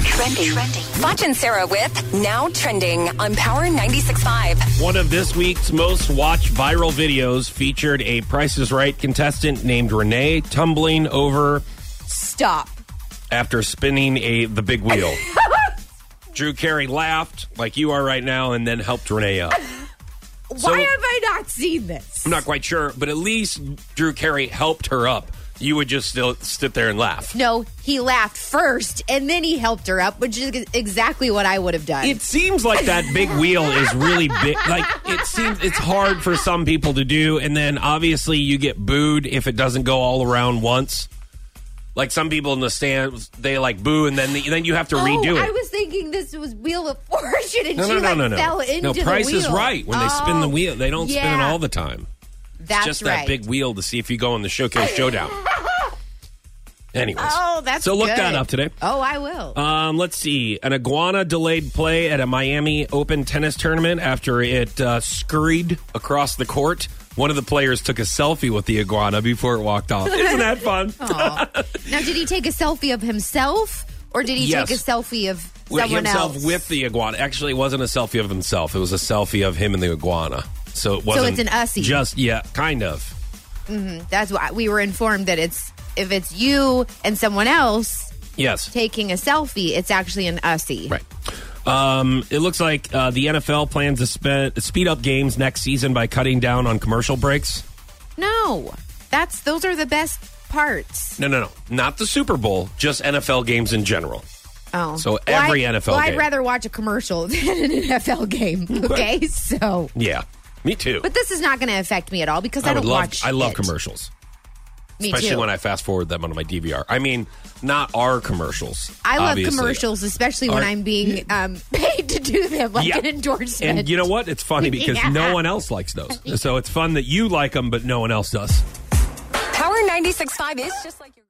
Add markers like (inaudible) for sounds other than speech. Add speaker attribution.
Speaker 1: Trending. Trending. Foch and Sarah with Now Trending on Power 96.5.
Speaker 2: One of this week's most watched viral videos featured a Price is Right contestant named Renee tumbling over
Speaker 3: Stop.
Speaker 2: after spinning a the big wheel. Drew Carey laughed like you are right now and then helped Renee up.
Speaker 3: Why
Speaker 2: So-
Speaker 3: have I not seen this?
Speaker 2: I'm not quite sure, but at least Drew Carey helped her up. You would just still sit there and laugh.
Speaker 3: No, he laughed first and then he helped her up, which is exactly what I would have done.
Speaker 2: It seems like that big wheel is really big. Like it seems it's hard for some people to do, and then obviously you get booed if it doesn't go all around once. Like some people in the stands, they like boo, and then then you have to
Speaker 3: oh,
Speaker 2: redo it.
Speaker 3: I was thinking this was Wheel of Fortune and
Speaker 2: no,
Speaker 3: she
Speaker 2: no, no,
Speaker 3: like
Speaker 2: no, no.
Speaker 3: fell into
Speaker 2: no,
Speaker 3: the
Speaker 2: Price is
Speaker 3: wheel.
Speaker 2: right when they spin the
Speaker 3: Oh,
Speaker 2: wheel. They don't spin it
Speaker 3: yeah.
Speaker 2: all the time.
Speaker 3: That's
Speaker 2: Just
Speaker 3: right.
Speaker 2: that big wheel to see if you go in the
Speaker 3: (laughs)
Speaker 2: showcase showdown. Anyways,
Speaker 3: Oh, that's
Speaker 2: so look
Speaker 3: good.
Speaker 2: that up today.
Speaker 3: Oh, I will.
Speaker 2: Um, let's see. An iguana delayed play at a Miami Open tennis tournament after it uh, scurried across the court. One of the players took a selfie with the iguana before it walked
Speaker 3: (laughs)
Speaker 2: off. Isn't that fun?
Speaker 3: now, did he take a selfie of himself or did he
Speaker 2: Yes.
Speaker 3: take a selfie of
Speaker 2: With
Speaker 3: someone
Speaker 2: himself
Speaker 3: else?
Speaker 2: with the iguana. Actually, it wasn't a selfie of himself. It was a selfie of him and the iguana. So it wasn't.
Speaker 3: it's an ussie.
Speaker 2: Just yeah, kind of.
Speaker 3: That's why we were informed that it's if it's you and someone else
Speaker 2: Yes.
Speaker 3: taking a selfie, it's actually an ussie.
Speaker 2: Right. Um, it looks like uh, the NFL plans to spend, speed up games next season by cutting down on commercial breaks.
Speaker 3: No, that's those are the best parts.
Speaker 2: No, no, no. Not the Super Bowl, just NFL games in general.
Speaker 3: Oh,
Speaker 2: So
Speaker 3: Well,
Speaker 2: every
Speaker 3: I-
Speaker 2: NFL
Speaker 3: Well,
Speaker 2: game.
Speaker 3: I'd rather watch a commercial (laughs) than an
Speaker 2: (laughs)
Speaker 3: NFL game. Okay, so
Speaker 2: Yeah. Me too.
Speaker 3: but this is not going to affect me at all because I,
Speaker 2: would
Speaker 3: don't
Speaker 2: love
Speaker 3: watch.
Speaker 2: I love
Speaker 3: it.
Speaker 2: commercials.
Speaker 3: Me
Speaker 2: Especially
Speaker 3: too.
Speaker 2: when I fast forward them on my DVR. I mean, not our commercials.
Speaker 3: I love
Speaker 2: obviously.
Speaker 3: commercials, especially when
Speaker 2: Are-
Speaker 3: I'm being um, (laughs) paid to do them, like
Speaker 2: Yeah.
Speaker 3: an endorsement.
Speaker 2: And you know what? It's funny because no
Speaker 3: (laughs) Yeah.
Speaker 2: one else likes those. So it's fun that you like them, but no one else does.
Speaker 1: Power 96.5 is just like your.